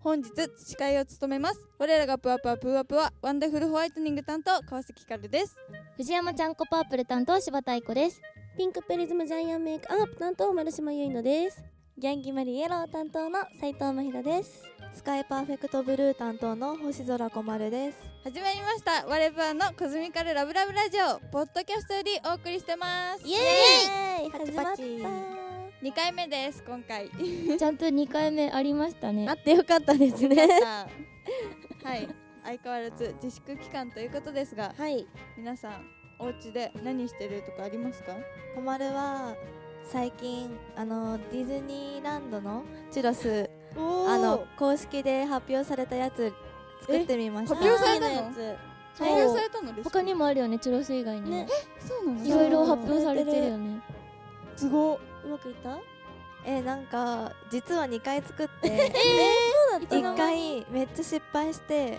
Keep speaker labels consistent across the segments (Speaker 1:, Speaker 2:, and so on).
Speaker 1: 本日司会を務めます我らがぷわぷわぷわぷわワンダフルホワイトニング担当川崎ひかるです
Speaker 2: 藤山ちゃんこパープル担当柴田愛子ですピンクプリズムジャイアンメイクアップ担当丸島結乃ですギャンギマリイエロー担当の斉藤真宏ですスカイパーフェクトブルー担当の星空小丸です
Speaker 1: 始まりました我ぷわのコズミカルラブラブラジオポッドキャストよりお送りしてます
Speaker 2: イエーイ
Speaker 3: パチ
Speaker 2: 始ま
Speaker 3: パ
Speaker 2: っ
Speaker 3: チ
Speaker 2: た
Speaker 1: 2回目です今回
Speaker 4: ちゃんと2回目ありましたね
Speaker 2: あ。ってよかったですね
Speaker 1: はい相変わらず自粛期間ということですが
Speaker 2: はい
Speaker 1: 皆さんお家で何してるとかありますか
Speaker 3: 小丸は最近あのディズニーランドのチュロスあ
Speaker 2: あ
Speaker 3: の公式で発表されたやつ作ってみました
Speaker 1: 発表されたの
Speaker 2: やつ
Speaker 1: 発表されたのです
Speaker 4: 他にもあるよね、チュロス以外にも
Speaker 2: ね。
Speaker 1: そうなの
Speaker 4: いろいろ発表されてるよね。
Speaker 1: すご
Speaker 2: うまくいった
Speaker 3: えなんか実は2回 作って1回めっちゃ失敗して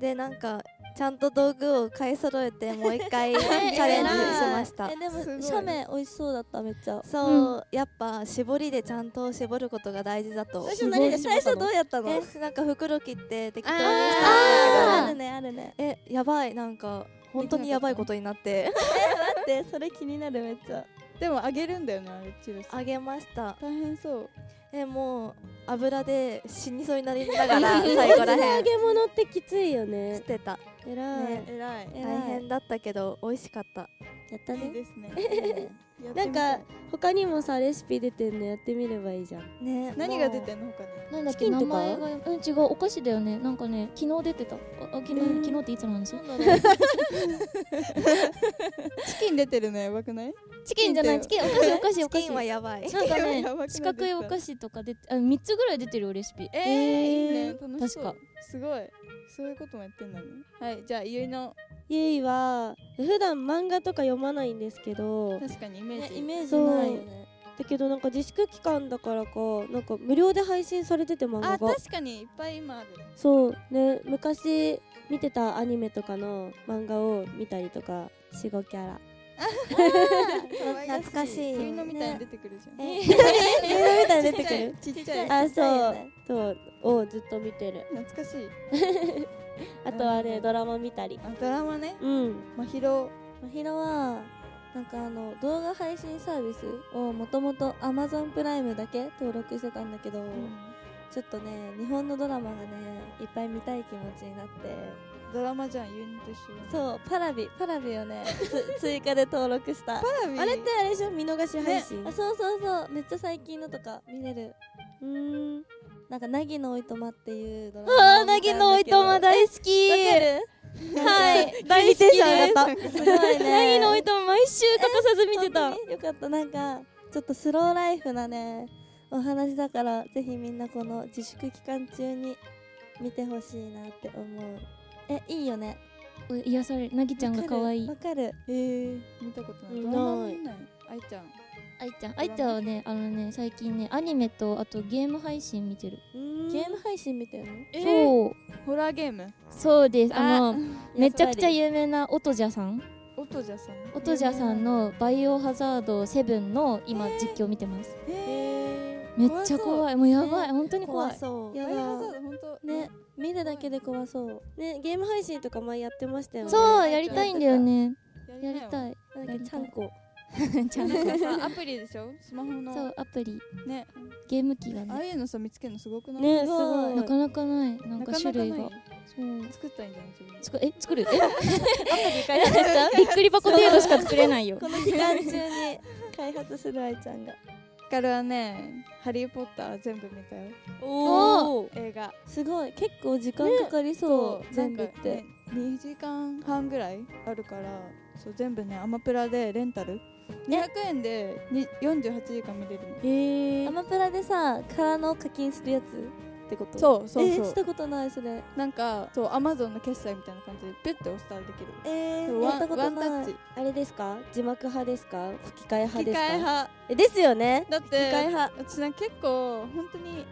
Speaker 3: でなんかちゃんと道具を買い揃えてもう1回チャレンジしました
Speaker 2: えです
Speaker 1: ごい
Speaker 2: も写メ美味しそうだっためっちゃ
Speaker 3: そう、やっぱ絞りでちゃんと絞ることが大事だと
Speaker 2: 最初何で最初どうやったの
Speaker 3: えなんか袋切って適当にし
Speaker 2: あ
Speaker 3: た
Speaker 2: る
Speaker 3: んだけど
Speaker 2: ねあるね
Speaker 3: えやばいなんか本当にやばいことになって
Speaker 2: 待ってそれ気になるめっちゃ
Speaker 1: いでもあげるんだよねあれチルス
Speaker 3: あげました
Speaker 1: 大変そう
Speaker 3: えもう油で死にそうになりな がら最後らへ
Speaker 2: 揚
Speaker 3: ん
Speaker 2: げ物ってきついよ
Speaker 3: し
Speaker 2: ね
Speaker 3: てた
Speaker 2: えらい
Speaker 3: ね
Speaker 1: えらい
Speaker 2: え
Speaker 3: 大
Speaker 2: らい
Speaker 3: 変だったけど美味しかった
Speaker 2: やった
Speaker 1: いい
Speaker 2: ね
Speaker 1: ですねやって
Speaker 2: な
Speaker 1: み
Speaker 2: ん
Speaker 1: たい
Speaker 2: か他にもさレシピ出てんのやってみればいいじゃん
Speaker 3: ね
Speaker 1: 何が出
Speaker 3: る
Speaker 1: てんの他に
Speaker 4: なんだっ
Speaker 2: チ
Speaker 4: け、
Speaker 2: キン
Speaker 4: 名
Speaker 2: とか
Speaker 4: 前が。うん、違う、お菓子だよね。なんかね、昨日出てた。あ、あ昨日、昨日っていつの話
Speaker 1: チキン出てるのやばくない
Speaker 4: チキンじゃない、
Speaker 1: チ
Speaker 4: チキン、お菓子、お菓子、
Speaker 3: チ
Speaker 4: お菓
Speaker 3: キ
Speaker 4: 子。
Speaker 3: ンは
Speaker 4: な
Speaker 3: やばい
Speaker 4: んか
Speaker 1: チキンはやばくなっ
Speaker 4: ね、
Speaker 1: てきた
Speaker 4: 四角いお菓子とか出て、あ、3つぐらい出てるよ、レシピ。
Speaker 1: えー、いいね楽しそう
Speaker 4: 確
Speaker 1: すごいそういうこともやってんだねはいじゃあゆいの
Speaker 5: ゆいは普段漫画とか読まないんですけど
Speaker 1: 確かにイメージ、
Speaker 2: メー
Speaker 5: ジないよ
Speaker 2: ね
Speaker 5: だけどなんか自粛期間だからかなんか無料で配信されてて漫
Speaker 1: あ
Speaker 5: 画が
Speaker 1: 確かにいっぱい今ある
Speaker 5: そうね昔見てたアニメとかの漫画を見たりとか死後キャラ
Speaker 3: 懐かしい
Speaker 1: ゆいのみたいに出てくるじゃん、
Speaker 3: え
Speaker 5: 映画みたいに出てくる
Speaker 1: ちっちゃいちっちゃい
Speaker 5: あ
Speaker 2: ちっちゃいよ
Speaker 5: そう
Speaker 2: ね
Speaker 5: そうをずっと見てる
Speaker 1: 懐かしい
Speaker 5: あとは
Speaker 1: う
Speaker 5: ね
Speaker 1: ん
Speaker 5: ドラマ見たり
Speaker 1: あドラマね
Speaker 5: うん
Speaker 1: まひろ
Speaker 2: まひろはなんかあの動画配信サービスをもともと Amazon プライムだけ登録してたんだけど、ちょっとね日本のドラマがねいっぱい見たい気持ちになって
Speaker 1: ドラマじゃんゆいのと一緒
Speaker 2: そ
Speaker 1: だ
Speaker 2: うパラビパラビをね つ追加で登録した
Speaker 1: パラビ
Speaker 5: あれってあれでしょ見逃し配信
Speaker 2: あそうそうそうめっちゃ最近のとか見れる
Speaker 5: うーん
Speaker 2: なんか「凪のおいとま」っていうドラマ
Speaker 4: あー、なぎのおいとま
Speaker 2: わか
Speaker 4: 大好き。
Speaker 2: るはい
Speaker 5: 大好きです
Speaker 2: す ごいね
Speaker 4: なぎのおいとま、毎週欠かさず見てた
Speaker 2: 本。当によかったなんかちょっとスローライフなねお話だからぜひみんなこの自粛期間中に見てほしいなって思うえいいよね
Speaker 4: うん癒される、なぎちゃんが可愛い
Speaker 2: わ。かる
Speaker 1: えー、見たことない
Speaker 5: ない
Speaker 1: ドラマ見ないあいちゃん
Speaker 4: あいちゃん、あいちゃんはね、あのね、最近ね、アニメと、あとゲーム配信見てる。
Speaker 5: うーん
Speaker 2: ゲーム配信みたいなの
Speaker 1: え
Speaker 4: そう。
Speaker 1: ホラーゲーム
Speaker 4: そうです。あの、めちゃくちゃ
Speaker 2: い
Speaker 4: 有名なオトジャさん。
Speaker 1: オトジャさん
Speaker 4: オトジャさんのバイオハザードセブンの今実況見てます。
Speaker 1: え
Speaker 4: めっちゃ怖い。もうやばい。本当に怖
Speaker 3: 怖
Speaker 4: い。
Speaker 3: そう
Speaker 5: や
Speaker 1: バイオハザー
Speaker 5: だ
Speaker 1: ド本当
Speaker 2: ね見るだけで怖そう
Speaker 5: ねゲーム配信とか前やってましたよね
Speaker 4: そう、やりたいんだよね。やり
Speaker 1: い
Speaker 4: たい。
Speaker 2: なんかちゃんこ
Speaker 4: ちゃん
Speaker 1: な
Speaker 4: と
Speaker 1: んかさアプリでしょスマホの
Speaker 4: そう、アプリ、
Speaker 1: ね
Speaker 4: ゲーム機が
Speaker 1: あ
Speaker 4: ね
Speaker 1: あ。いうのさ見つけるのすごくない
Speaker 5: ねす
Speaker 2: ご
Speaker 5: ご
Speaker 2: い
Speaker 5: い
Speaker 4: なかなかない。なん
Speaker 1: な
Speaker 4: か
Speaker 1: かな
Speaker 4: 種
Speaker 1: かな
Speaker 4: 類
Speaker 1: い
Speaker 4: が。そう。
Speaker 1: 作ったんじゃない自分で
Speaker 4: つくえ、作 るえ びっくり箱程度しか作 れないよ。
Speaker 2: この期間中に開発する愛ちゃんが
Speaker 1: ヒカルはね「ハリー・ポッター」全部見たよ
Speaker 5: おお
Speaker 1: 映画
Speaker 2: すごい結構時間かかりそう、全部っ
Speaker 1: なん
Speaker 2: て、
Speaker 1: かね2時間半ぐらいあるからそう全部ねアマプラでレンタル200円でに48時間見れるの
Speaker 5: へ
Speaker 2: アマプラでさ空の課金するやつってことう
Speaker 1: そうそう
Speaker 2: え
Speaker 1: そ
Speaker 2: し
Speaker 1: う
Speaker 2: たことないそれ
Speaker 1: なんかそうアマゾンの決済みたいな感じでピュッて押したらできる
Speaker 2: え
Speaker 1: そう
Speaker 2: ー、や
Speaker 1: ワ
Speaker 2: っ
Speaker 1: ン
Speaker 2: たこ
Speaker 1: ワ
Speaker 2: と
Speaker 1: ンタ
Speaker 2: な
Speaker 1: ッ
Speaker 2: い
Speaker 1: チ
Speaker 5: あれですか字幕派ですか吹き替え派
Speaker 1: 機
Speaker 5: です
Speaker 1: 械
Speaker 5: か
Speaker 1: 派
Speaker 5: えですよね
Speaker 1: だって
Speaker 5: 吹き替え派
Speaker 1: 私なんか結構本当に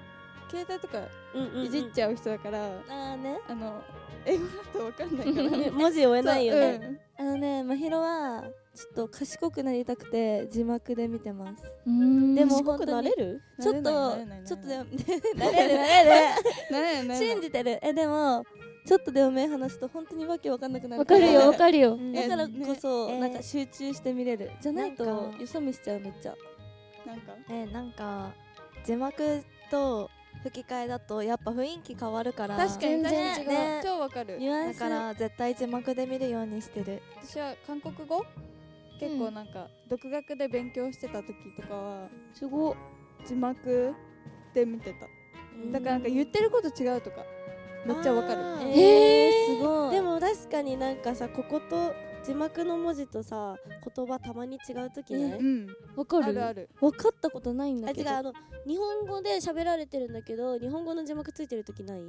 Speaker 1: 携帯とか
Speaker 5: うんうんうん
Speaker 1: いじっちゃう人だから、
Speaker 2: あーね
Speaker 1: あの英語だとわかんないから
Speaker 5: ね文字追えないよね、
Speaker 1: そううん
Speaker 2: あのねまひろはちょっと賢くなりたくて字幕で見てます
Speaker 4: うーん
Speaker 2: でも
Speaker 5: 賢く なれる
Speaker 2: ちょっと
Speaker 1: 慣れない
Speaker 2: ち
Speaker 1: 慣れない
Speaker 2: ょっとで
Speaker 1: 慣れない
Speaker 2: もなれるなれる
Speaker 1: 慣れない慣れない
Speaker 2: 信じてるえでもちょっとでも目離すと本当にわけわかんなくな
Speaker 4: わ
Speaker 2: る
Speaker 4: かるよわ
Speaker 2: だ
Speaker 4: かるよ
Speaker 3: うん
Speaker 1: え
Speaker 2: からこそ、
Speaker 3: ねえー
Speaker 2: なんか集中して見れるじゃないと
Speaker 3: なんか
Speaker 2: よそ見しちゃうめっちゃ
Speaker 1: なんか
Speaker 3: えなんか字幕と吹き替えだとやっぱ雰囲気変わるから
Speaker 1: 確かに
Speaker 4: 全
Speaker 1: 確
Speaker 4: 然
Speaker 1: かに、
Speaker 3: 違う
Speaker 1: 超わかる
Speaker 2: ニュアン
Speaker 3: だ
Speaker 2: ス
Speaker 3: から絶対字幕で見るようにしてる
Speaker 1: 私は韓国語結構なんか独学で勉強してた時とかは
Speaker 5: すごっ
Speaker 1: 字幕で見てただからなんか言ってること違うとかめっちゃわかる
Speaker 3: あー
Speaker 4: へえ
Speaker 2: すごい
Speaker 5: でも確かになんかさここと字幕の文字とさ言葉たまに違う時ない、
Speaker 1: うん
Speaker 4: わかる
Speaker 1: あるある
Speaker 5: 分かったことないん
Speaker 4: だ
Speaker 5: あ
Speaker 4: け
Speaker 5: 違
Speaker 4: ど
Speaker 5: うあの日本語で喋られてるんだけど日本語の字幕ついてる時ない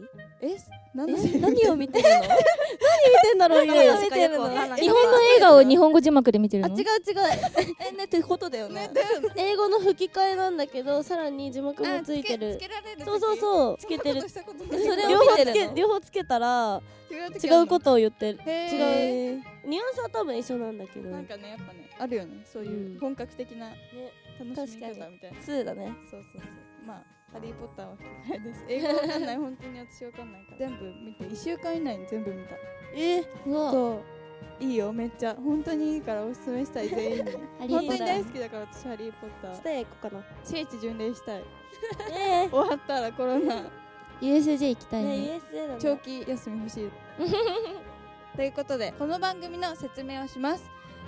Speaker 1: え何の
Speaker 5: え何を 見てるの何見てんだろう
Speaker 3: 何を
Speaker 5: 今
Speaker 3: 見てるのか
Speaker 4: 日本の映画を日本語字幕で見てる
Speaker 5: あ
Speaker 4: の
Speaker 5: 違う違う
Speaker 2: えねってことだよね
Speaker 5: 英語の吹き替えなんだけどさらに字幕もついてる
Speaker 1: つけられる
Speaker 5: そうそうそうつけてる
Speaker 1: そんなことしたことない
Speaker 5: それ
Speaker 2: れを
Speaker 5: を両方
Speaker 2: 見
Speaker 5: つ
Speaker 2: て
Speaker 5: け
Speaker 2: るの
Speaker 5: 両方つけたら
Speaker 1: 違う
Speaker 5: 違
Speaker 1: 時あるの
Speaker 5: うことを言ってる
Speaker 1: へ
Speaker 5: 違うニュアンスは多分一緒なんだけど
Speaker 1: ーなんかねやっぱねあるよねそういううん本格的な
Speaker 5: ね
Speaker 1: 楽しみ
Speaker 2: 確か
Speaker 1: 方みたいな
Speaker 2: 2だね
Speaker 1: そうそうそうまあハリー・ポッターは吹き替えです英語わかんない本当に私わかんないから全部見て1週間以内に全部見た
Speaker 5: えー
Speaker 4: うわ
Speaker 1: そういいよめっちゃ本当にいいからおすすめしたい全員に
Speaker 4: ハリ
Speaker 1: 本
Speaker 4: ーポ
Speaker 1: 当
Speaker 4: ッ
Speaker 1: に
Speaker 4: タ
Speaker 1: 大
Speaker 4: ー
Speaker 1: 好きだから私ハリー・ポッタ
Speaker 5: ス
Speaker 1: ー
Speaker 5: タヤ行こうかな
Speaker 1: 聖地巡礼したい
Speaker 5: え
Speaker 1: 終わったらコロナ
Speaker 4: USJ 行きた
Speaker 5: え
Speaker 4: い
Speaker 5: ね
Speaker 4: ね
Speaker 5: USJ だね
Speaker 1: 長期休み欲しい ということでこの番組の説明をします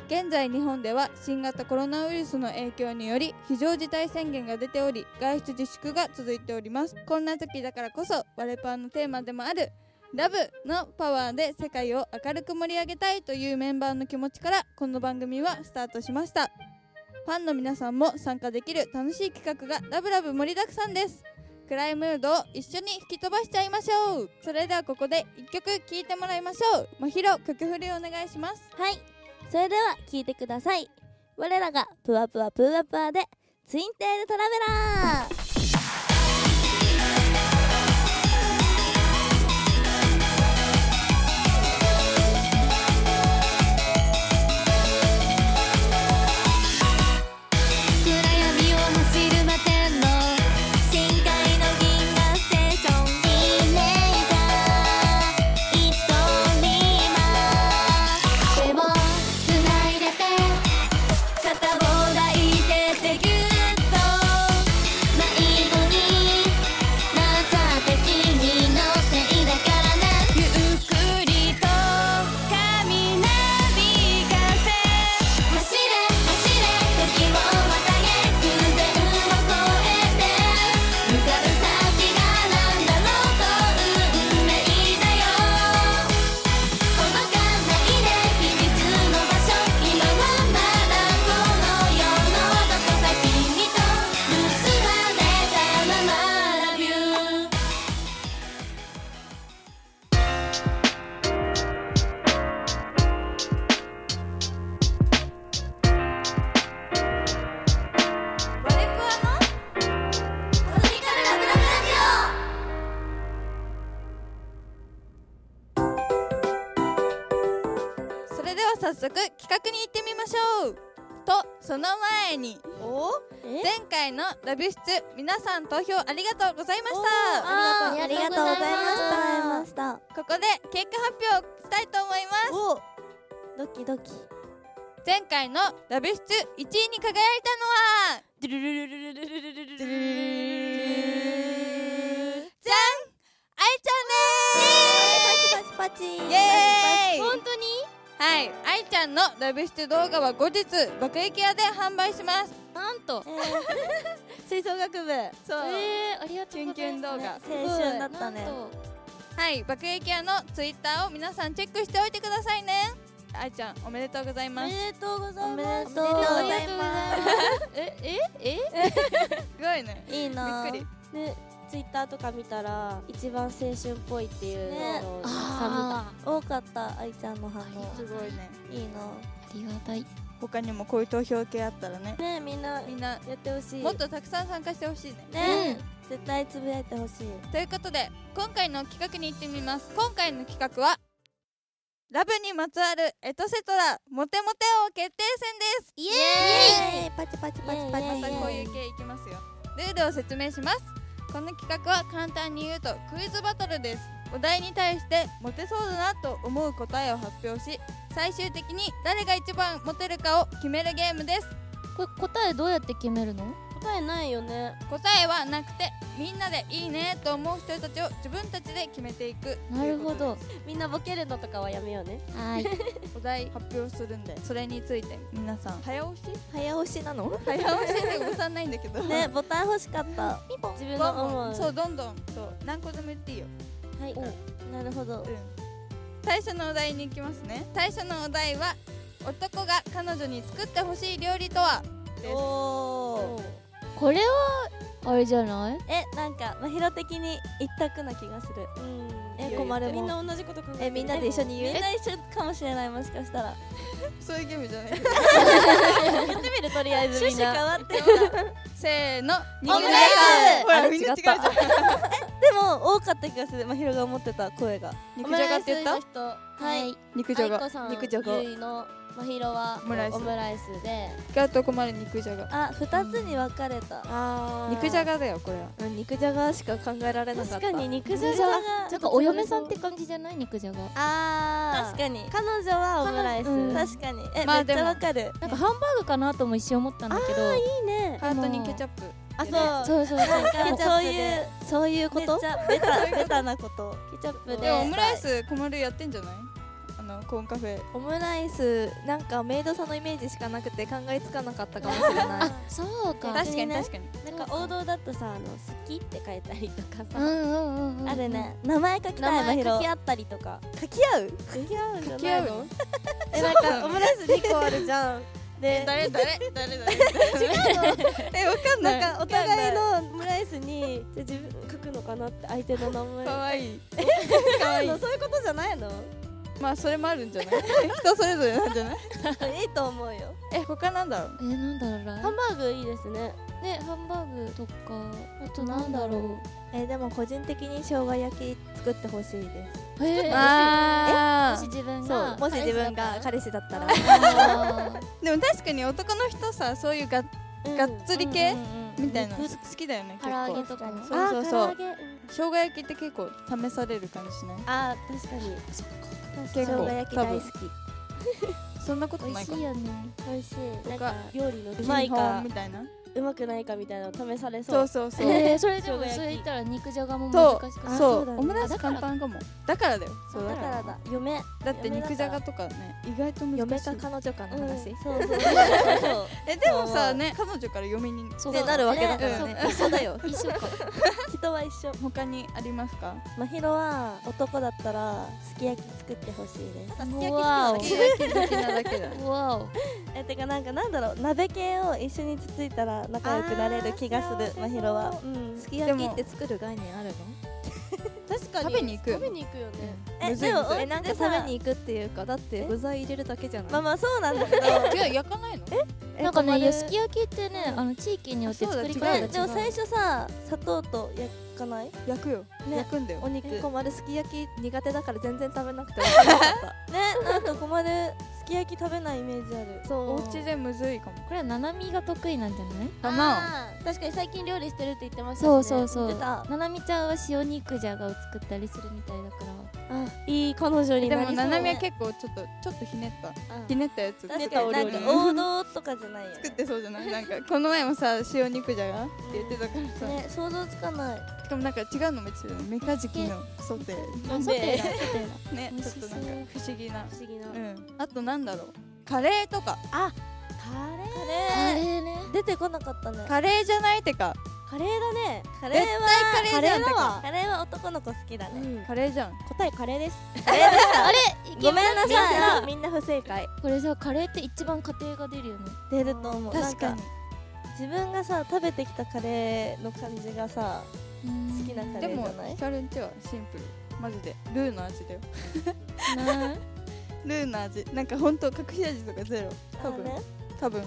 Speaker 1: 現在日本では新型コロナウイルスの影響により非常事態宣言が出ており外出自粛が続いておりますこんな時だからこそワレパンのテーマでもあるラブのパワーで世界を明るく盛り上げたいというメンバーの気持ちからこの番組はスタートしましたファンの皆さんも参加できる楽しい企画がラブラブ盛りだくさんです暗いムードを一緒に吹き飛ばしちゃいましょうそれではここで一曲聴いてもらいましょうまひろ曲振りお願いします
Speaker 2: はいそれでは聞いてください我らがぷわぷわぷわぷわでツインテールトラベラー
Speaker 6: 暗闇を走る摩天楼深海の銀河ステーションイメージャーいつとみま手を繋いでて片棒抱いててギュッと迷子になっちゃって君のせいだからなゆっくりと髪なびかせ走れ走れ時をまたげ偶然を超えて向かう先が何だろうと運命だよ届かないで秘密の場所今はまだこの世のどこか君と結ばれたまま Love you ワレプワのコスミカルラブラブラジオ
Speaker 1: それでは早速企画に行ってみましょうとその前に
Speaker 5: え
Speaker 1: 前回のラビュ室皆さん投票ありがとうございまし
Speaker 4: ー
Speaker 3: ありがとうございました
Speaker 1: たここで結果発表したいと思います
Speaker 5: おドキドキ
Speaker 1: 前回のラビュ室1位に輝いたのは
Speaker 5: ドゥルルルルルルルルルルル
Speaker 1: じゃんあいちゃんです
Speaker 3: パチパチパチ
Speaker 1: イエーイ
Speaker 4: 本当に
Speaker 1: はい、あいちゃんのラブ出動画は後日爆撃屋で販売します
Speaker 4: なんと
Speaker 3: 吹奏楽部
Speaker 1: そう
Speaker 4: えー、ありがと
Speaker 1: キ
Speaker 4: う
Speaker 1: ュ
Speaker 4: ご
Speaker 1: ンキ
Speaker 4: ざい
Speaker 1: ュン動
Speaker 4: ます
Speaker 1: 画
Speaker 3: 青春だった
Speaker 4: なん
Speaker 3: ね
Speaker 4: と
Speaker 1: はい、爆撃屋のツイッターを皆さんチェックしておいてくださいねあいちゃん、おめでとうござい
Speaker 5: お
Speaker 1: ま
Speaker 5: め
Speaker 1: すす
Speaker 5: でとうござい
Speaker 3: お
Speaker 5: ま
Speaker 3: めで
Speaker 5: す
Speaker 3: とう
Speaker 4: あ
Speaker 3: ご
Speaker 4: りがとうござ
Speaker 3: ざいま
Speaker 4: いますえええ
Speaker 1: ごいね
Speaker 3: すいい
Speaker 1: び
Speaker 3: な
Speaker 1: っくり
Speaker 5: ねツイッターとか見たら一番青春っぽいっていう
Speaker 3: ね
Speaker 5: のをさ
Speaker 4: あ
Speaker 3: 多かった愛ちゃんの反
Speaker 4: は
Speaker 3: 応
Speaker 1: すごいね
Speaker 3: いい
Speaker 4: あありがたい
Speaker 1: 他にもこういう投票系あったらね
Speaker 3: なねみんな
Speaker 1: みんな
Speaker 5: 見たやってほしい
Speaker 1: もっとたくさん参加してほしいね
Speaker 3: ね
Speaker 4: うん
Speaker 5: 絶対つぶやいてほしい
Speaker 1: ということで今回の企画に行ってみます今回の企画はラブにまつわるエトセトラモテモテ王決定戦ですイエ
Speaker 3: イエーイパチパチパチパチ
Speaker 1: またこういう系いきますよルールを説明しますこの企画は簡単に言うとクイズバトルですお題に対してモテそうだなと思う答えを発表し最終的に誰が一番モテるかを決めるゲームです
Speaker 4: こ答えどうやって決めるの
Speaker 5: 答えないよね
Speaker 1: 答えはなくてみんなでいいねと思う人たちを自分たちで決めていく
Speaker 4: なるほ
Speaker 1: ということ
Speaker 4: ど
Speaker 1: です
Speaker 5: みんなボケるのとかはやめようね
Speaker 4: はい
Speaker 1: お題発表するんでそれについて皆さん早押し
Speaker 3: 早押しなの
Speaker 1: 早押しで押さないんだけど
Speaker 5: ねボタン欲しかった自分
Speaker 1: どん
Speaker 5: の
Speaker 1: ど
Speaker 5: 思
Speaker 1: ん
Speaker 5: う
Speaker 1: そうどんどんそう何個でも言っていいよ
Speaker 5: はいなるほど
Speaker 1: 最初のお題に行きますね最初のお題は男が彼女に作ってほしい料理とはです
Speaker 5: お
Speaker 4: これはあれじゃない
Speaker 5: えなんか真宙的に一択な気がする
Speaker 3: え困るもん
Speaker 5: みんな同じこと考えてる
Speaker 3: えみんなで一緒に言う
Speaker 5: みんな一緒かもしれないもしかした ら
Speaker 1: そういうゲームじゃない
Speaker 5: 言ってみるとりあえずみんな変わって
Speaker 1: せーのオ
Speaker 5: ムライス
Speaker 1: ほら
Speaker 5: あれ
Speaker 1: みんな違う
Speaker 5: 違っ
Speaker 1: じゃ
Speaker 5: た
Speaker 1: ん
Speaker 5: でも多かった気がする真宙が思ってた声が
Speaker 1: 肉じゃがって言った
Speaker 2: たは
Speaker 4: はいい
Speaker 1: 肉じゃ
Speaker 2: 愛子
Speaker 1: が
Speaker 2: さん
Speaker 1: 肉じゃが
Speaker 2: ゆいのまひろは
Speaker 1: オムライス
Speaker 2: オムライスで
Speaker 1: がと困る肉じゃが
Speaker 5: あ二つに分かれた
Speaker 3: あ
Speaker 1: 肉じゃ
Speaker 3: が
Speaker 1: がだよこれは
Speaker 3: 肉じゃがしか考えられなかった
Speaker 5: 確かに肉じゃが
Speaker 4: なんかお嫁さんって感じじゃない肉じゃが
Speaker 3: あ
Speaker 5: 確かに
Speaker 3: 彼女はオムライス、
Speaker 4: うん
Speaker 5: 確かにえ
Speaker 1: まあ
Speaker 5: めっち
Speaker 1: で
Speaker 5: ゃ
Speaker 1: も
Speaker 5: わかる
Speaker 4: なんかハンバーグかなとも一瞬思ったんだけど
Speaker 5: いいね
Speaker 1: ハートにケチャップ
Speaker 5: あそう
Speaker 4: そうそうそう
Speaker 5: でもそういう
Speaker 3: そういうこ
Speaker 5: めっ
Speaker 3: と
Speaker 5: ちゃベタベタなことケチャップ
Speaker 1: でもオムライス困るやってんじゃないあのコーンカフェ
Speaker 3: オムライスなんかメイドさんのイメージしかなくて考えつかなかったかもしれ ない
Speaker 4: そうか
Speaker 1: 確かに確かに
Speaker 5: なんか王道だとさあの好きって書いたりと
Speaker 4: う
Speaker 5: か
Speaker 4: ん
Speaker 5: さ
Speaker 4: うんうんうん
Speaker 5: あるね名前書き
Speaker 4: 名
Speaker 5: たい
Speaker 4: 前
Speaker 5: 真宙
Speaker 4: 書き
Speaker 5: 合ったりと か
Speaker 3: 書き合う
Speaker 5: 書き合うんじゃ
Speaker 1: 付き合うの
Speaker 3: えなんかオムライス2個あるじゃん
Speaker 5: で
Speaker 1: 誰誰誰 誰
Speaker 3: えわかん
Speaker 5: なん
Speaker 3: なん
Speaker 5: かお互いのオムライスにじゃあ自分書くのかなって相手の名前
Speaker 1: 可 愛い
Speaker 5: 可愛いそういうことじゃないの
Speaker 1: まあそれもあるんじゃない 人それぞれなんじゃない
Speaker 5: いいと思うよ
Speaker 1: え他なんだろう
Speaker 4: えなんだろう
Speaker 5: ハ
Speaker 4: な
Speaker 5: ンバーグいいですね
Speaker 4: ねハンバーグとかあとなんだろう
Speaker 3: えでも個人的に生姜焼き作ってほしいです
Speaker 4: え
Speaker 1: あ
Speaker 4: もし自分
Speaker 3: そ
Speaker 4: が
Speaker 3: うもし自分が彼氏だったら
Speaker 4: あー
Speaker 1: でも確かに男の人さそういうが,、
Speaker 5: うん
Speaker 1: がっつり系、みたいな
Speaker 4: 肉
Speaker 1: 好きだよね結
Speaker 4: 唐揚 げ
Speaker 1: 構
Speaker 4: とかも
Speaker 1: そうそうそう
Speaker 5: あー唐揚げうん
Speaker 1: 生姜焼きって結構試される感じしない
Speaker 5: あー確かに
Speaker 1: 結
Speaker 3: 生
Speaker 1: 構
Speaker 3: 姜焼き大好き
Speaker 1: そんなこと
Speaker 4: 美
Speaker 1: な
Speaker 4: 味
Speaker 1: いか
Speaker 4: しいよね
Speaker 5: 美味しいなん
Speaker 1: 他
Speaker 5: か料理のう
Speaker 1: 基
Speaker 5: まい
Speaker 1: 本
Speaker 5: か
Speaker 1: みたいな
Speaker 5: うまくないかみたいなの試されそ
Speaker 1: そううそうそう
Speaker 4: えーそれでも
Speaker 5: 生姜焼き
Speaker 4: それ言ったら肉じゃがも
Speaker 1: と
Speaker 4: 難しく
Speaker 1: そう
Speaker 4: な
Speaker 5: そうだね
Speaker 1: オムライ
Speaker 4: あ
Speaker 1: ス
Speaker 4: だから
Speaker 1: 簡単かもだからだよそうだ
Speaker 5: だ
Speaker 1: か
Speaker 5: から
Speaker 1: ら
Speaker 5: だ嫁
Speaker 1: だって肉じゃがとかね意外と
Speaker 3: 嫁
Speaker 1: 難しい
Speaker 3: か彼女かの話、
Speaker 5: うんそう そうそうそう
Speaker 1: えでもさね彼女から嫁に
Speaker 4: そう
Speaker 3: ってなるわけだから
Speaker 1: そう
Speaker 3: ね一緒だよ
Speaker 4: 一緒か
Speaker 5: 人は一緒
Speaker 1: 他にありますか
Speaker 5: まひろは男だったらすき焼き作ってほしいです
Speaker 4: わお
Speaker 1: 好き焼き好きなだけだ
Speaker 4: わお
Speaker 5: えてかなんかなんだろう鍋系を一緒につついたら仲良くなれる気がするまひろはうん
Speaker 3: すき焼きって作る概念あるの
Speaker 5: 確
Speaker 1: に
Speaker 5: か
Speaker 1: 食べに行くよね食
Speaker 5: に行くよね
Speaker 1: む
Speaker 5: え
Speaker 1: ずい
Speaker 5: で
Speaker 1: む
Speaker 5: も
Speaker 1: ずい
Speaker 3: え
Speaker 5: お家
Speaker 3: なんか
Speaker 5: でさ
Speaker 3: 食べに行くっていうかだって具材入れるだけじゃない
Speaker 5: まあまあそう なんだけど
Speaker 1: 違う焼かないの
Speaker 3: え
Speaker 4: なんか
Speaker 3: 困
Speaker 4: ね、
Speaker 3: る
Speaker 4: いやすき焼きってね、あの地域によって
Speaker 1: あそうだ
Speaker 4: 作り方が違
Speaker 5: ね
Speaker 4: う。
Speaker 5: でも最初さ砂糖と焼かない
Speaker 1: 焼くよ
Speaker 5: ね
Speaker 1: 焼くんだよ
Speaker 5: お肉
Speaker 3: え
Speaker 5: ね
Speaker 3: 困るすき焼き苦手だから全然食べなくて 分からなかっ
Speaker 5: なんか困るすき焼き食べないイメージある
Speaker 3: たそう
Speaker 1: お家でむずいかも
Speaker 4: これはななみが得意なんじゃない？
Speaker 1: かな
Speaker 5: 確かに最近料理してるって言ってました
Speaker 4: そ
Speaker 5: よ
Speaker 4: う
Speaker 5: ね
Speaker 4: そうそう。
Speaker 5: 言ってた
Speaker 4: ななみちゃんは塩肉じゃがを作ったりするみたいだから。
Speaker 5: あいい彼女に
Speaker 1: で
Speaker 5: な
Speaker 1: も
Speaker 5: りそう
Speaker 1: ななみは結構ちょっとちょっとひねったひねったやつ
Speaker 5: 確
Speaker 1: 作
Speaker 5: かになんか王道とかじゃないよね
Speaker 1: ってそうじゃないなんかこの前もさ塩肉じゃがって言ってたからさ、
Speaker 5: ね想像つかない
Speaker 1: しかもなんか違うのも言ってたよねメカジキのソテ
Speaker 4: あ、ソテーだ、ソテーだ。
Speaker 1: ーね
Speaker 4: 美
Speaker 1: ち
Speaker 4: 味
Speaker 1: ょっ
Speaker 4: し
Speaker 1: と
Speaker 4: そう
Speaker 1: なんか不思議な
Speaker 5: 不思議な、
Speaker 1: う
Speaker 5: カ
Speaker 1: んあとなんだろうカレーとか
Speaker 4: あ
Speaker 5: レー
Speaker 4: れね。
Speaker 5: 出てこなかったね
Speaker 1: カレーじゃないってか
Speaker 5: カレーだねカレー
Speaker 1: 絶
Speaker 5: は
Speaker 1: 対カレーじゃんってか
Speaker 5: カレーは男の子好きだね、
Speaker 1: カレーじゃん
Speaker 5: 答えカレーです
Speaker 4: ごめん。
Speaker 5: なさいみんな不正解
Speaker 4: これさ、カレーって一番家庭が出るよね。
Speaker 5: 出ると思う
Speaker 1: 確か
Speaker 5: なん
Speaker 1: に
Speaker 5: 自分がさ食べてきたカレーの感じがさ好きなカ
Speaker 1: で
Speaker 5: レー
Speaker 1: も
Speaker 5: じゃない
Speaker 1: ヒカルンチはシンプルマジでルーの味だよ
Speaker 4: ない。
Speaker 1: ルーの味なんかほんと隠し味とかゼロ多分、
Speaker 5: あのね
Speaker 1: 多分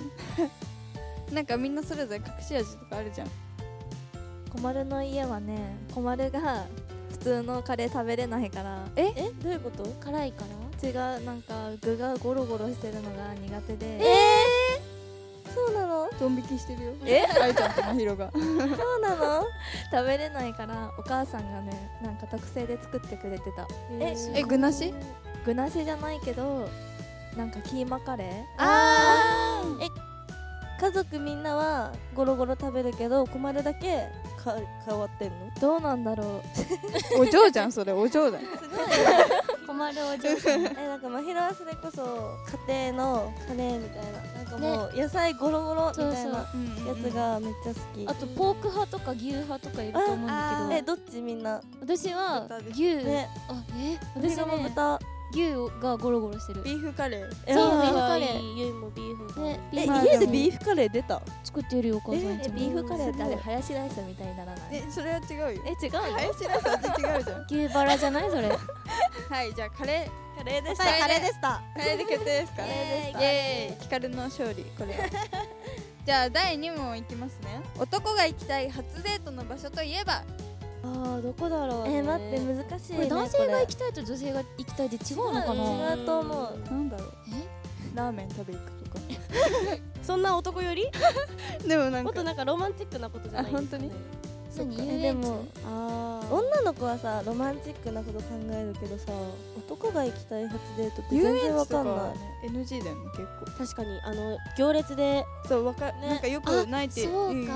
Speaker 1: なんかみんなそれぞれ隠し味とかあるじゃん
Speaker 3: 小丸の家はね小丸が普通のカレー食べれないから
Speaker 5: えどういうこと
Speaker 4: 辛いから
Speaker 3: 違うなんか具がゴロゴロしてるのが苦手で
Speaker 2: そうなの
Speaker 1: ドン引きしてるよ
Speaker 3: え
Speaker 1: 愛ちゃんと真宙が
Speaker 2: そうなの
Speaker 3: 食べれないからお母さんがねなんか特製で作ってくれてた
Speaker 5: え
Speaker 1: え具なし
Speaker 3: 具なしじゃないけどなんかキーマカレー
Speaker 1: あー
Speaker 2: 家族みんなはゴロゴロ食べるけど小丸だけか変わってんの
Speaker 3: どうなんだろ
Speaker 1: お嬢じゃんそれお嬢だよ
Speaker 4: 困るお嬢さ ん
Speaker 2: えなんかまひろはそれこそ家庭のカレーみたいななんかもう野菜ゴロゴロみたいな
Speaker 4: そうそう
Speaker 2: やつがめっちゃ好き、
Speaker 4: あとポーク派とか牛派とかいると思うんだ
Speaker 1: あ
Speaker 4: け
Speaker 2: え
Speaker 4: ど
Speaker 2: どっちみんな
Speaker 4: 私は
Speaker 1: 豚です
Speaker 4: 牛
Speaker 2: ね
Speaker 4: あえ
Speaker 2: 私
Speaker 4: 私
Speaker 2: も
Speaker 4: ね
Speaker 2: 豚
Speaker 4: 牛がゴロゴロしてる
Speaker 1: ビーフカレー
Speaker 4: えそうビーフカレー
Speaker 5: ゆいもビーフ
Speaker 4: ね
Speaker 2: え
Speaker 4: まあ
Speaker 2: 家で
Speaker 4: も
Speaker 2: ビーフカレー出た
Speaker 4: 作ってるよお母さんいつ
Speaker 3: う
Speaker 4: も
Speaker 3: ビーフカレーってあれ
Speaker 2: すごい
Speaker 3: ハヤシライスみたいにならない
Speaker 1: えそれは違うよ
Speaker 3: え違うの
Speaker 1: 林田さんと違うじゃん
Speaker 4: 牛バラじゃないそれ
Speaker 1: はいじゃあカレ
Speaker 2: カレーで
Speaker 1: したはいカレーで
Speaker 2: した
Speaker 1: ーカレーで決定ですか
Speaker 2: カレーでした
Speaker 1: イエーイヒカルの勝利これ はじゃあ第2問いきますね男が行きたい初デートの場所といえば
Speaker 5: ああどこだろう
Speaker 2: えー、待って難しい、
Speaker 4: こ
Speaker 2: ね、
Speaker 4: れ男性が行
Speaker 2: き
Speaker 4: きたいと女性が行きたいって違うのかな
Speaker 2: 違うと思う
Speaker 1: なんだろう
Speaker 4: え
Speaker 1: ラーメン食べ行くとか
Speaker 5: そんな 男より
Speaker 1: でもなん
Speaker 5: もっと
Speaker 1: か
Speaker 5: なんかロマンチックなことじゃないですか、ね、
Speaker 1: あ
Speaker 4: 何遊
Speaker 2: えで
Speaker 4: 園地
Speaker 2: も
Speaker 5: あー
Speaker 2: 女の子はさロマンチックなこと考えるけどさ男が行きたい初デートって
Speaker 1: 遊
Speaker 2: 全
Speaker 1: 園
Speaker 2: 然わ
Speaker 1: 地と
Speaker 2: か
Speaker 1: か
Speaker 2: んない
Speaker 1: はね NG だよね結構
Speaker 5: 確かにあの行列で
Speaker 1: そうわか、
Speaker 5: ね
Speaker 1: なんかよくないって
Speaker 4: そう
Speaker 5: 喧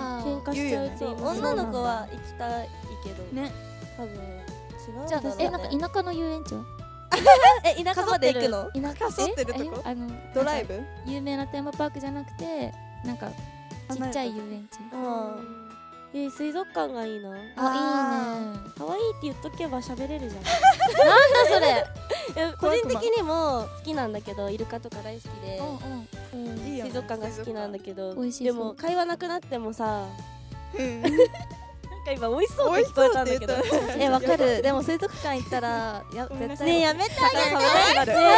Speaker 4: か
Speaker 5: 嘩しちゃうって
Speaker 1: 言
Speaker 5: 言
Speaker 1: う
Speaker 5: い
Speaker 1: よ
Speaker 5: ます
Speaker 2: 女の子は行きたいけど、
Speaker 1: ね
Speaker 2: 多分違うん
Speaker 4: じゃ
Speaker 2: だろ
Speaker 4: あ
Speaker 2: う、ね、
Speaker 4: えなんか田舎の遊園地は
Speaker 2: え田舎まで行くの
Speaker 4: 田舎
Speaker 1: かそってるとこ
Speaker 4: ええあの
Speaker 1: ドライブ
Speaker 4: 有名なテーマパークじゃなくてなんかちっちゃい遊園地
Speaker 2: うん
Speaker 5: ゆい水族館がいいな
Speaker 4: あいいね
Speaker 5: 可愛いって言っとけば喋れるじゃん
Speaker 4: それ
Speaker 5: いや個人的にも好きなんだけどイルカとか大好きで、うん
Speaker 1: いいよね
Speaker 5: 水族館が好きなんだけど
Speaker 4: 美味しそう
Speaker 5: でも会話なくなってもさ
Speaker 1: うん
Speaker 5: なんか今美味しそうって聞こえたんだ け ど
Speaker 1: 美味しそうって言った
Speaker 3: えわかるでも水族館行った らや絶対
Speaker 2: ねえやめて
Speaker 3: 魚食べたくな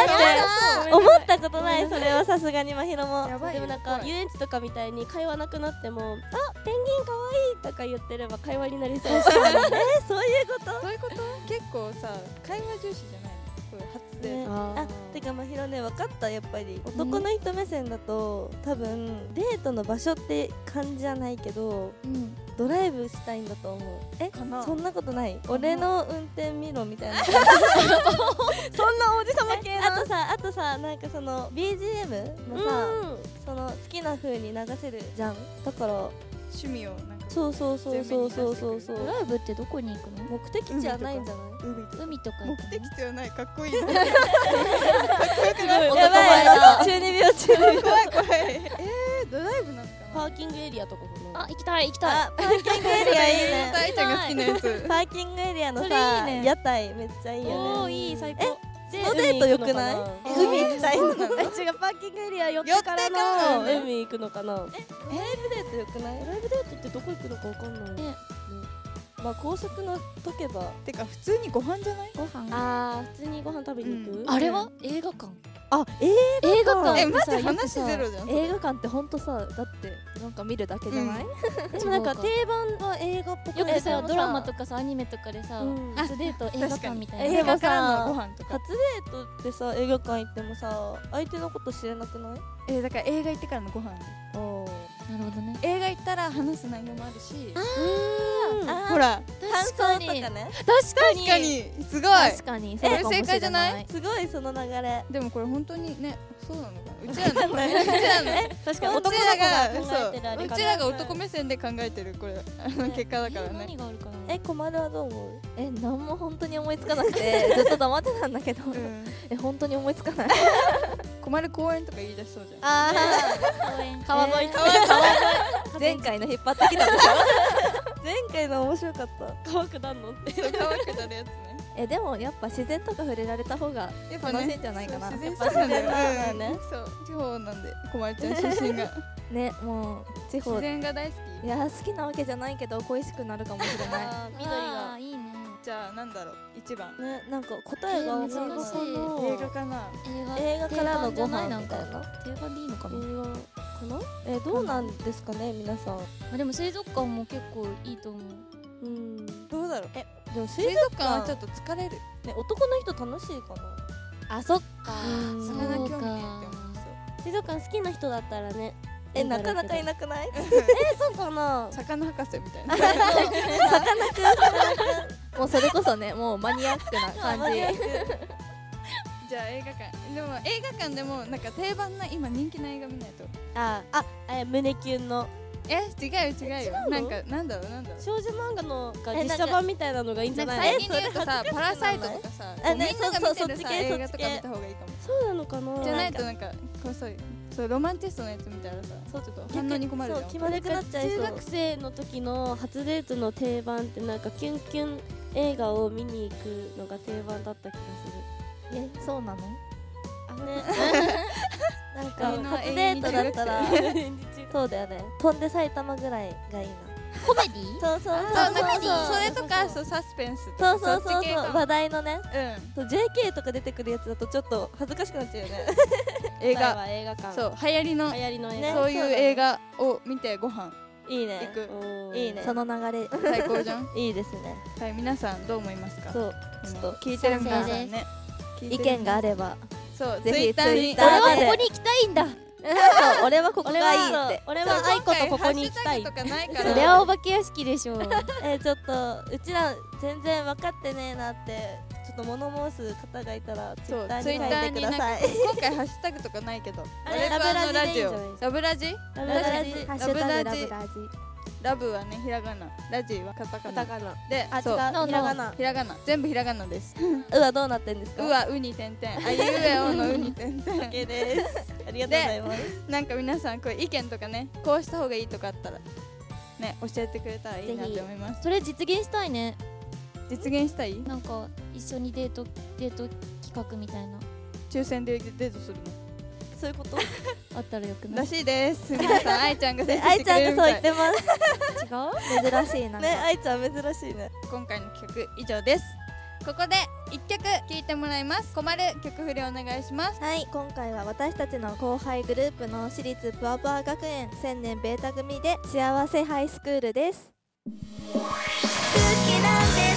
Speaker 3: る
Speaker 5: 思ったことないそれはさすがにまひろも
Speaker 1: やばい
Speaker 5: で
Speaker 1: よ
Speaker 5: もなんか
Speaker 1: 怖い
Speaker 5: 遊園地とかみたいに会話なくなっても「あペンギンかわいい」とか言ってれば会話になりそうえそういうこと
Speaker 1: そういうこと結構さ会話重視じゃないのそういう初デート、
Speaker 2: あ
Speaker 3: あ
Speaker 2: てかまひろね分かったやっぱり男の人目線だと多分デートの場所って感じじゃないけど
Speaker 4: うん
Speaker 2: ドライブしたいんだと思うえ
Speaker 1: かな
Speaker 2: そんなことない俺の運転見ろみたいなそんなおじさま系あとさあとさなんかその BGM もさ、
Speaker 5: うん
Speaker 2: その好きな風に流せるじゃんだから
Speaker 1: 趣味をなんか
Speaker 2: そうそうそうそうそうそうそう
Speaker 4: ドライブってどこに行くの
Speaker 2: 目的地じゃないんじゃない
Speaker 1: 海とか
Speaker 4: 海とか行
Speaker 1: 目
Speaker 4: くの
Speaker 1: 的地ではないかっこいいな
Speaker 5: やばい
Speaker 2: 中二病中
Speaker 1: 怖い怖いえー、ドライブなんか
Speaker 5: パ
Speaker 1: な
Speaker 5: ーキングエリアとかかな
Speaker 4: あ行きたい行きたい
Speaker 2: あパーキングエリアいいね
Speaker 1: 大ちゃんが好きなやつ
Speaker 2: パーキングエリアの
Speaker 4: それいい
Speaker 2: さ
Speaker 4: ね
Speaker 2: 屋台めっちゃいいよね
Speaker 5: おーいい最高
Speaker 2: えそのデート良くない
Speaker 1: えー
Speaker 2: 海行きたいの
Speaker 1: そうなの
Speaker 5: え違うパーキングエリア寄って
Speaker 1: 寄って
Speaker 5: か
Speaker 1: か
Speaker 5: ら
Speaker 1: ら
Speaker 5: の
Speaker 1: ね
Speaker 5: 海行くのかな
Speaker 2: デート良くない
Speaker 5: ライブデートってどこ行くのかわかんない
Speaker 4: ね
Speaker 2: まあ高速の解けば
Speaker 1: てか普通にご飯じゃない
Speaker 4: ご飯
Speaker 5: あー普通にご飯食べに行く、
Speaker 1: うん
Speaker 4: あれは映画館
Speaker 2: あえ
Speaker 4: 映画
Speaker 2: 館
Speaker 4: 館
Speaker 1: えマジ話ゼロじゃん
Speaker 3: 映画館ってほんとさだってなんか見るだけじゃない、
Speaker 4: で
Speaker 5: でもなんか定番は映画っぽく
Speaker 4: よ
Speaker 5: ない
Speaker 4: くさドラマとかさアニメとかでさ
Speaker 5: うん
Speaker 4: 初デート映画館みた
Speaker 2: 確
Speaker 4: いな
Speaker 1: 映
Speaker 2: で
Speaker 1: 画
Speaker 2: もさ
Speaker 1: からのご飯とか
Speaker 2: 初デートってさ映画館行ってもさ相手のこと知れなくない
Speaker 1: えーだから映画行ってからのご飯
Speaker 4: なるほどね
Speaker 1: 映画行ったら話す内容もあるし
Speaker 2: あ
Speaker 1: ほら
Speaker 2: 感想
Speaker 4: 確か
Speaker 2: と
Speaker 4: に
Speaker 2: かね
Speaker 4: 確か
Speaker 1: 確かにすごい
Speaker 3: 確かにそうかもしれ
Speaker 1: 正解じゃない
Speaker 2: すごいその流れ
Speaker 1: でもこれ本当にねそうなのかなうちらのこれうちらの
Speaker 5: 確
Speaker 1: う
Speaker 5: かに男の子が考えてるあ
Speaker 1: そう
Speaker 5: れ
Speaker 1: う
Speaker 5: か
Speaker 1: ちらが男目線で考えてるこれあの結果だからね
Speaker 4: 何があるかな
Speaker 2: え小丸はどう思う
Speaker 3: え何も本当に思いつかなくてずっと黙ってたんだけど、
Speaker 1: うん
Speaker 3: え本当に思いつかない
Speaker 1: 困る公園とか言い出しそうじゃん
Speaker 3: あ
Speaker 4: 公園
Speaker 3: 川沿い、 前回の引っ張ってきたでし
Speaker 2: 前回の面白かった
Speaker 5: 乾くなんのって
Speaker 1: そう乾くなるやつね
Speaker 3: ょえでもやっぱ自然とか触れられた方が
Speaker 1: やっ
Speaker 3: ぱね楽しいんじゃないかな
Speaker 1: 自然自然だよ
Speaker 2: やっ
Speaker 1: ね。そう、地方なんで、こまりちゃん出身が。
Speaker 3: ねもう地
Speaker 1: 自
Speaker 3: 方い
Speaker 1: 然が大好き。
Speaker 3: や好きなわけじゃないけど恋しくなるかもしれな い
Speaker 5: あー
Speaker 4: あ
Speaker 5: 緑が
Speaker 4: ーいいね
Speaker 1: じゃあ、なんだろう、一番。
Speaker 2: ねなんか答えが思い浮かばない
Speaker 4: えー
Speaker 1: 映画かな。
Speaker 4: 映画
Speaker 2: 映画からのご飯
Speaker 4: 定番じゃいなんか
Speaker 2: みたいな
Speaker 4: 定番でいいのかな
Speaker 5: 映画かかなえどうなんですかね皆さん
Speaker 4: あでも水族館も結構いいと思う
Speaker 5: うん
Speaker 1: どうだろう
Speaker 5: えでも水
Speaker 1: 水
Speaker 5: 族
Speaker 1: 族館はちょっと疲れる
Speaker 5: ね男の人楽しいかな
Speaker 3: あそっか
Speaker 1: そ
Speaker 4: そう
Speaker 1: れ
Speaker 4: か
Speaker 1: だ興味ねって思いそ
Speaker 5: 水族館好きな人だったらね
Speaker 3: えなかなかい
Speaker 5: い
Speaker 3: なくない
Speaker 5: そうかな
Speaker 1: う魚博士みたいな
Speaker 3: もうそれこそねもうマニアックな感じ
Speaker 1: じゃあ映画館でも映画館でもなんか定番な今人気な映画見ないと
Speaker 5: あああれ胸キュンの
Speaker 1: え違う違うよなんかなんだろうなんだろう
Speaker 5: 少女漫画のが
Speaker 3: えなんか
Speaker 5: 実写版みたいなのがいいんじ
Speaker 1: な
Speaker 5: ゃ
Speaker 1: んか
Speaker 5: ない
Speaker 1: 最近で言うとさ「パラサイト」とかさこう
Speaker 3: あ
Speaker 1: みんなが
Speaker 3: ね
Speaker 1: 見てる
Speaker 3: そうそうそっち
Speaker 1: さ
Speaker 3: 系
Speaker 1: 映画とか
Speaker 3: そっち系
Speaker 1: 見た方がいいかも
Speaker 5: そうなのかな
Speaker 1: じゃないとなんかこうそういうそうロマンチストのやつ見たらさそうちょっと反応に困るじゃん
Speaker 5: そう決まらなくなっちゃいそう中学生の時の初デートの定番ってなんかキュンキュン映画を見に行くのが定番だった気が
Speaker 3: えそうなの
Speaker 5: するね
Speaker 3: な
Speaker 1: みん
Speaker 3: んか
Speaker 1: な
Speaker 3: 初デートだったら
Speaker 1: 永
Speaker 3: そうだよね飛んで埼玉ぐらいがいいな
Speaker 4: コメディ
Speaker 3: そうそ
Speaker 1: そ
Speaker 3: う
Speaker 1: う
Speaker 3: そう
Speaker 1: なんか
Speaker 3: そう
Speaker 1: それとかそうサスペンスと
Speaker 3: そう
Speaker 1: か
Speaker 3: そう
Speaker 1: そ
Speaker 3: そ
Speaker 1: っ
Speaker 3: う
Speaker 1: ち系
Speaker 3: そう
Speaker 1: かも
Speaker 3: 話題のね
Speaker 1: うん
Speaker 3: そう JK とか出てくるやつだとちょっと恥ずかしくなっちゃうよね
Speaker 1: 映
Speaker 5: 今回
Speaker 1: 画
Speaker 5: は映画館
Speaker 1: そう流行りの
Speaker 5: 流行りの映
Speaker 3: ね
Speaker 5: 画
Speaker 1: そういう映画を見てご飯
Speaker 3: い
Speaker 1: 行
Speaker 3: いね
Speaker 1: く
Speaker 5: おー
Speaker 3: いいねその流れ
Speaker 1: 最高じゃん
Speaker 3: いいですね
Speaker 1: はい皆さんどう思いますか
Speaker 3: そう
Speaker 1: あの
Speaker 3: ちょっと
Speaker 1: 聞いてる皆さん
Speaker 4: 賛成
Speaker 1: ね聞いて
Speaker 3: 意
Speaker 1: る
Speaker 3: 見があれば
Speaker 1: そう
Speaker 3: ぜひ
Speaker 1: ツイッターに
Speaker 3: Twitter で
Speaker 1: あ
Speaker 3: 俺はここ
Speaker 4: に行きたいんだ
Speaker 3: そう俺はここがいいって
Speaker 5: 俺
Speaker 1: で
Speaker 5: は
Speaker 1: も
Speaker 5: 愛子とここに行き
Speaker 1: 今
Speaker 5: た
Speaker 1: 回ハッ
Speaker 5: い
Speaker 1: シュタグとかないか
Speaker 4: それは
Speaker 1: ら
Speaker 4: お化け屋敷でし ょう
Speaker 3: えーちょっとうちら全然分かってねえなってちょっと物申す方がいたらツイ
Speaker 1: そう
Speaker 3: ッターに
Speaker 1: ツイッタ
Speaker 3: 書
Speaker 1: ー
Speaker 3: いて
Speaker 1: に
Speaker 3: ください
Speaker 1: 今回ハッシュタグとかないけど
Speaker 5: あれ
Speaker 1: 俺とあのラジ
Speaker 5: ラブラジでいいんじゃない
Speaker 1: オ
Speaker 5: です
Speaker 1: ラブラジ
Speaker 5: ラ
Speaker 1: ブラジ
Speaker 3: ハッシュタグラブ
Speaker 1: ラ
Speaker 3: ラジ
Speaker 1: ラブはねひらがなラジはカタカ
Speaker 5: カ
Speaker 1: ナ
Speaker 5: タカナ
Speaker 1: で
Speaker 3: あ違
Speaker 1: そう
Speaker 3: うひらがな
Speaker 1: ひらがな全部ひらがなです
Speaker 3: うわどうなってんです
Speaker 1: う
Speaker 3: か
Speaker 1: わうに点々あいうえおのうに点々
Speaker 3: OK ですありがとうございます
Speaker 1: なんか皆さんこれ意見とかねこうした方がいいとかあったらね教えてくれたらいいなって思います
Speaker 4: それ実現したいね
Speaker 1: 実現したい
Speaker 4: なんか一緒にデートデート企画みたいな
Speaker 1: 抽選でデートする
Speaker 3: そういうこと
Speaker 4: あったらよく
Speaker 1: の
Speaker 4: な
Speaker 1: ら
Speaker 4: い
Speaker 1: しい です皆さん愛ちゃんがデート
Speaker 3: あ
Speaker 1: してく
Speaker 3: いちゃ
Speaker 1: れる
Speaker 3: ん
Speaker 1: み
Speaker 3: が
Speaker 1: た
Speaker 3: そう言っ
Speaker 1: い
Speaker 3: てます
Speaker 4: 違
Speaker 3: 珍しいな
Speaker 5: うん
Speaker 3: ねあいちゃん珍しいね
Speaker 1: 今回の企画以上ですここで一曲聴いてもらいます困る曲振りお願いします
Speaker 3: はい今回は私たちの後輩グループの私立ぷわぷわ学園千年ベータ組で幸せハイスクールです
Speaker 6: 好きなんです困っちゃうんです幸せハイスクール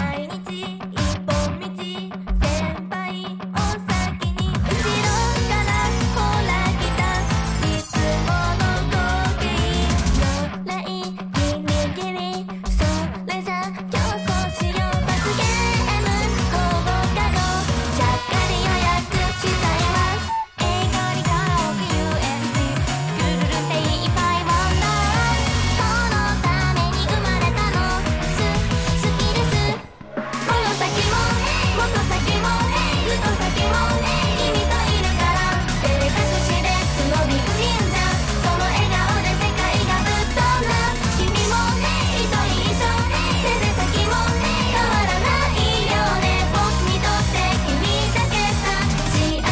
Speaker 6: 毎日一本道先輩お先に後ろからほら来たいつもの光景のラインギリギリそれじゃ競争しよう罰ゲーム放課後ちゃっかり予約しちゃいます英語にカラオケ USD ルルルペイいっぱいワンダーこのために生まれたのす好きですこの先もこの先もずっと先も君といるから照れ隠しで角びく忍者その笑顔で世界がぶっ飛ぶ君も一人一緒手で先も変わらないよね僕にとって君だけさ幸せな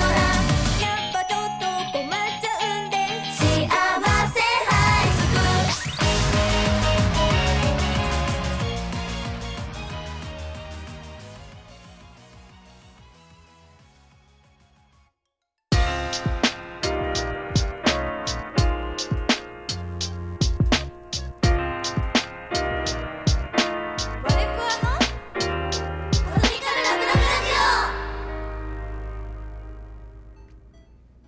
Speaker 6: のだやっぱちょっと困っちゃうんです幸せハイスクールワレプワのコミカルラブラブラジ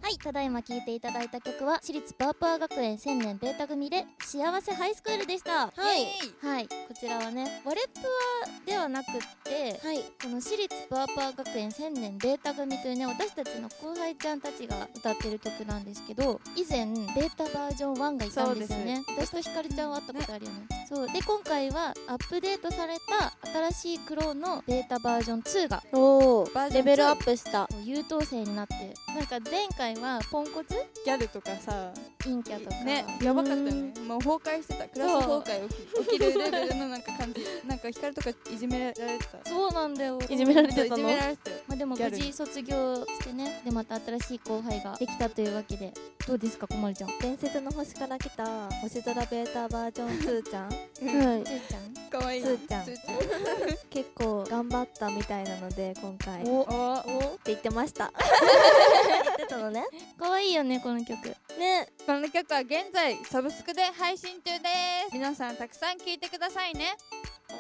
Speaker 4: はいただいま聴いていただいた曲は私立パワーパワー学園千年ベータ組で幸せハイスクールでした
Speaker 2: はい
Speaker 4: はいこちらはねワレプワではなくって
Speaker 2: はい
Speaker 4: この私立パワーパワー学園千年ベータ組というね私たちの後輩ちゃんたちが歌ってる曲なんですけど以前ベータバージョン1がいたんですよね私とひかるちゃんは会ったことあるよねそうで今回はアップデートされた新しいクローのベータバージョン2が
Speaker 5: おー
Speaker 1: バージョン2
Speaker 5: レベルアップした
Speaker 4: 優等生になってなんか前回はさポンコツ
Speaker 1: ギャルとかさ
Speaker 4: 陰キャとか、
Speaker 1: ねやばかったよねもう崩壊してたクラス崩壊起き起きるレベルのなんか感じなんか光とかいじめられてた
Speaker 4: そうなんだよ
Speaker 5: いじめられて
Speaker 1: い
Speaker 5: た
Speaker 1: じ
Speaker 5: の
Speaker 1: められてたよ
Speaker 4: まあ、でも
Speaker 1: ギャ
Speaker 4: 無
Speaker 1: ル
Speaker 4: 事卒業してねでまた新しい後輩ができたというわけでどうですかこまるちゃん
Speaker 3: 伝説の星から来た星空ベータバージョンつーちゃ ん
Speaker 5: はい
Speaker 4: ちゅうちゃん
Speaker 1: かわいい
Speaker 3: つーちゃん
Speaker 1: つー
Speaker 3: 結構頑張ったみたいなので今回って
Speaker 1: おお
Speaker 3: 言ってました言ってたのね
Speaker 4: 可愛いよねこの曲
Speaker 3: ね
Speaker 1: この曲は現在サブスクで配信中です皆さんたくさん聴いてくださいね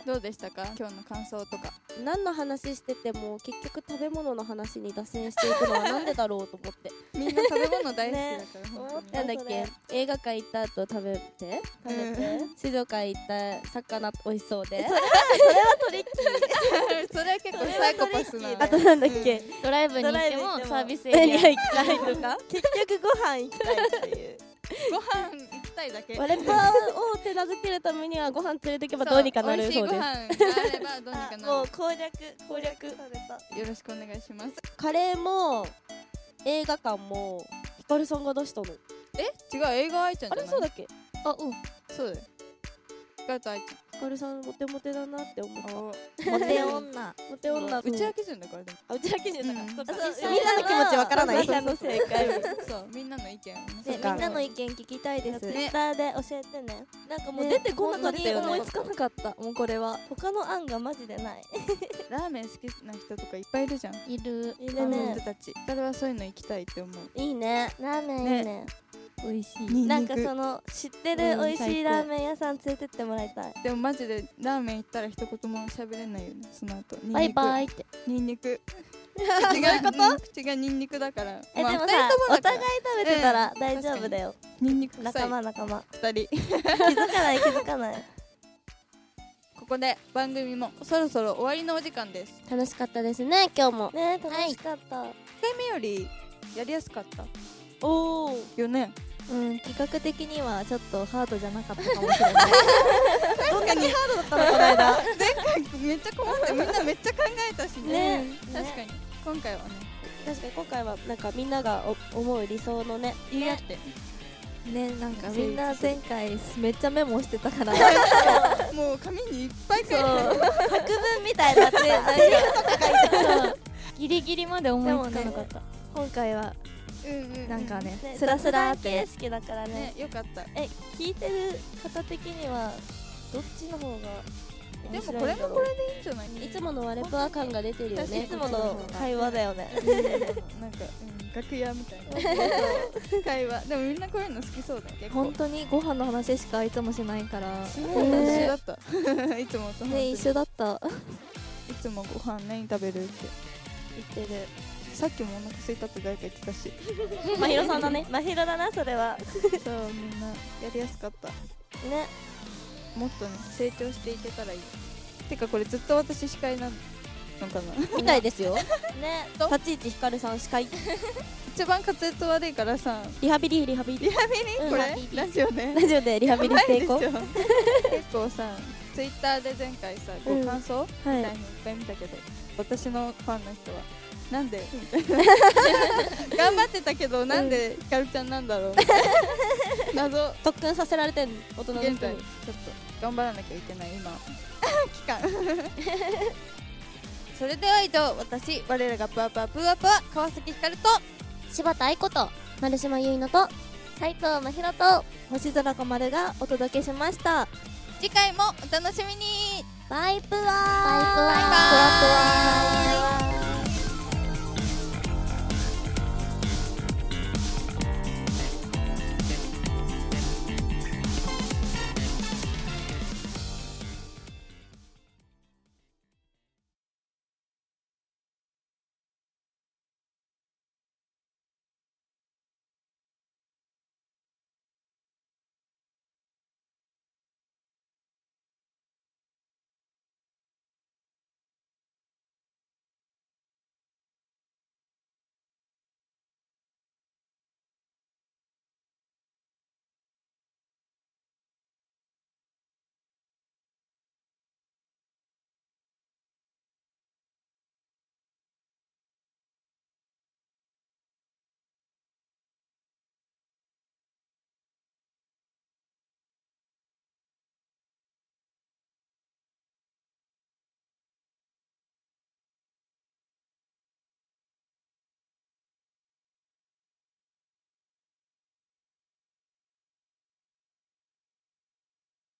Speaker 1: どうでしたか今日の感想とか
Speaker 5: 何の話してても結局食べ物の話に脱線していくのはなんでだろうと思って
Speaker 1: みんな食べ物大好きだから、本当
Speaker 5: な
Speaker 1: に
Speaker 5: んだっけ映画館行った後食べて食べて静岡行った魚美味しそうで
Speaker 1: それは結構サイコパスな
Speaker 5: あとなんだっけ
Speaker 4: ドライブに行っても
Speaker 5: ドライブに行っても
Speaker 4: サービスエ リ
Speaker 5: 何
Speaker 4: ア
Speaker 5: が行きたいとか 結局ご飯行きたいっていう
Speaker 1: ご飯行きたいだけ
Speaker 5: ワレパーを手なずけるためにはご飯連れてけばどうにかなるそう
Speaker 1: 美
Speaker 5: で
Speaker 1: 味しい
Speaker 5: す
Speaker 1: ご飯があればどうにか
Speaker 3: あ
Speaker 1: なる
Speaker 3: もう攻略攻略
Speaker 1: よろしくお願いします
Speaker 5: カレーも映画館もヒカルさんが出したの
Speaker 1: え違う映画愛ちゃん
Speaker 5: あ
Speaker 1: じゃな
Speaker 5: れ
Speaker 1: い
Speaker 5: そうだっけ
Speaker 4: あうん
Speaker 1: そうだよガタ愛ち
Speaker 5: ヒカルさんモテモテだなって思った
Speaker 1: ゃんモ
Speaker 3: モテ 女
Speaker 5: モテ女
Speaker 1: 打ち明け順だからでも
Speaker 5: あうちだけじゃなか
Speaker 1: うん
Speaker 5: ったそっか
Speaker 3: そう
Speaker 5: みんなの気持ちわからない
Speaker 3: みんなの
Speaker 5: 正解
Speaker 1: そうみんなの意見をね
Speaker 3: でみんなの意見聞きたいです
Speaker 1: ね
Speaker 2: ターで教えてね
Speaker 3: なんかもう出てこなかったよ、
Speaker 5: ね
Speaker 3: 思いつかなかったもうこれは
Speaker 2: 他の案がマジでない
Speaker 1: ラーメン好きな人とかいっぱいいるじゃん
Speaker 4: いる
Speaker 5: い
Speaker 1: ラー
Speaker 5: る
Speaker 1: メン
Speaker 5: ね
Speaker 1: 人たち彼はそういうの行きたいって思う
Speaker 2: いいね
Speaker 3: ラーメン
Speaker 1: ね
Speaker 5: 美味しい
Speaker 2: なんか
Speaker 1: ニンニク
Speaker 2: その知ってる美味しいラーメン屋さん連れてってもらいたい
Speaker 1: でもマジでラーメン行ったら一言も喋れないよねその後ニンニク
Speaker 4: バイバイって
Speaker 1: ニンニク違うこと口がニンニクだから
Speaker 2: え
Speaker 1: まあ
Speaker 2: でも
Speaker 1: 二
Speaker 2: さ
Speaker 1: 人とも
Speaker 2: お
Speaker 1: だから
Speaker 2: 互い食べてたら大丈夫だよ
Speaker 1: ニンニク臭
Speaker 2: 仲
Speaker 1: い
Speaker 2: 間仲間
Speaker 1: 二人
Speaker 2: 気づかない気づかない
Speaker 1: ここで番組もそろそろ終わりのお時間です
Speaker 5: 楽しかったですね今日も
Speaker 2: ね楽しかった、
Speaker 1: 1回目よりやりやすかった
Speaker 5: おお
Speaker 1: よね
Speaker 3: うん企画的にはちょっとハードじゃなかったかもしれない
Speaker 1: どんなにハードだったのこの間前回めっちゃ困ってみんなめっちゃ考えたしね
Speaker 5: ね
Speaker 1: 確かに今回はね
Speaker 5: 確かに今回はなんかみんながお思う理想のね
Speaker 1: 言い合って
Speaker 3: ねなんかみんな前回めっちゃメモしてた から
Speaker 1: もう紙にいっぱい書いて
Speaker 3: 作文みたいなねなんか
Speaker 4: ギリギリまで思いつかなかった、
Speaker 3: 今回は
Speaker 1: うんうん
Speaker 3: なんかね
Speaker 2: ね
Speaker 3: スラスラーっ
Speaker 2: 雑談
Speaker 3: て
Speaker 2: 形式だからね
Speaker 1: ねよかった
Speaker 2: え聞いてる方的にはどっちの方が
Speaker 1: で
Speaker 2: 面
Speaker 1: も
Speaker 2: 白
Speaker 1: こ
Speaker 2: い
Speaker 1: れ
Speaker 2: んだ
Speaker 1: も
Speaker 2: ろ
Speaker 1: こ
Speaker 2: う
Speaker 1: れでいいんじゃない
Speaker 5: いつものワレパー感が出てるよね
Speaker 1: いつも
Speaker 5: の
Speaker 3: 会話だよね
Speaker 1: なんか、 うん、楽屋みた いな会話でもみんなこういうの好きそうだ結構
Speaker 3: 本当にご飯の話しかいつもしないから
Speaker 1: 一緒だったいつもと本当に
Speaker 3: ね
Speaker 1: い
Speaker 3: 一緒だった
Speaker 1: つもご飯何食べるって
Speaker 3: 言ってる
Speaker 1: さっきもお腹空いたって誰か言ってた し
Speaker 5: まひろさんだね
Speaker 2: 真宙だなそれは
Speaker 1: そうみんなやりやすかった
Speaker 2: ね
Speaker 1: もっとね成長していけたらいいてかこれずっと私司会なのかな
Speaker 5: みたいですよ
Speaker 2: ね
Speaker 5: 立ち位置ひかるさん司会
Speaker 1: 一番滑舌悪いからさ
Speaker 5: リハビリリハビリ
Speaker 1: リハビリこれ、ラジオね
Speaker 5: ラジオでリハビリしていこう
Speaker 1: やばいでしょ結構さツイッターで前回さご感想、みたいのいっぱい見たけど私のファンの人はなんでみたいな 頑張ってたけどなんでひかるちゃんなん だろうみたいな謎
Speaker 5: 特訓させられてん大人の人
Speaker 1: 現在ちょっ
Speaker 5: に
Speaker 1: と頑張らなきゃいけない今 期間 それでは以上私我らがぷわぷわぷわぷわ川崎ひかると
Speaker 2: 柴田愛子と丸島結乃と斉藤真宙と
Speaker 3: 星空こまるがお届けしました
Speaker 1: 次回もお楽しみに
Speaker 2: バイプワーバイプワー
Speaker 1: バイバーイ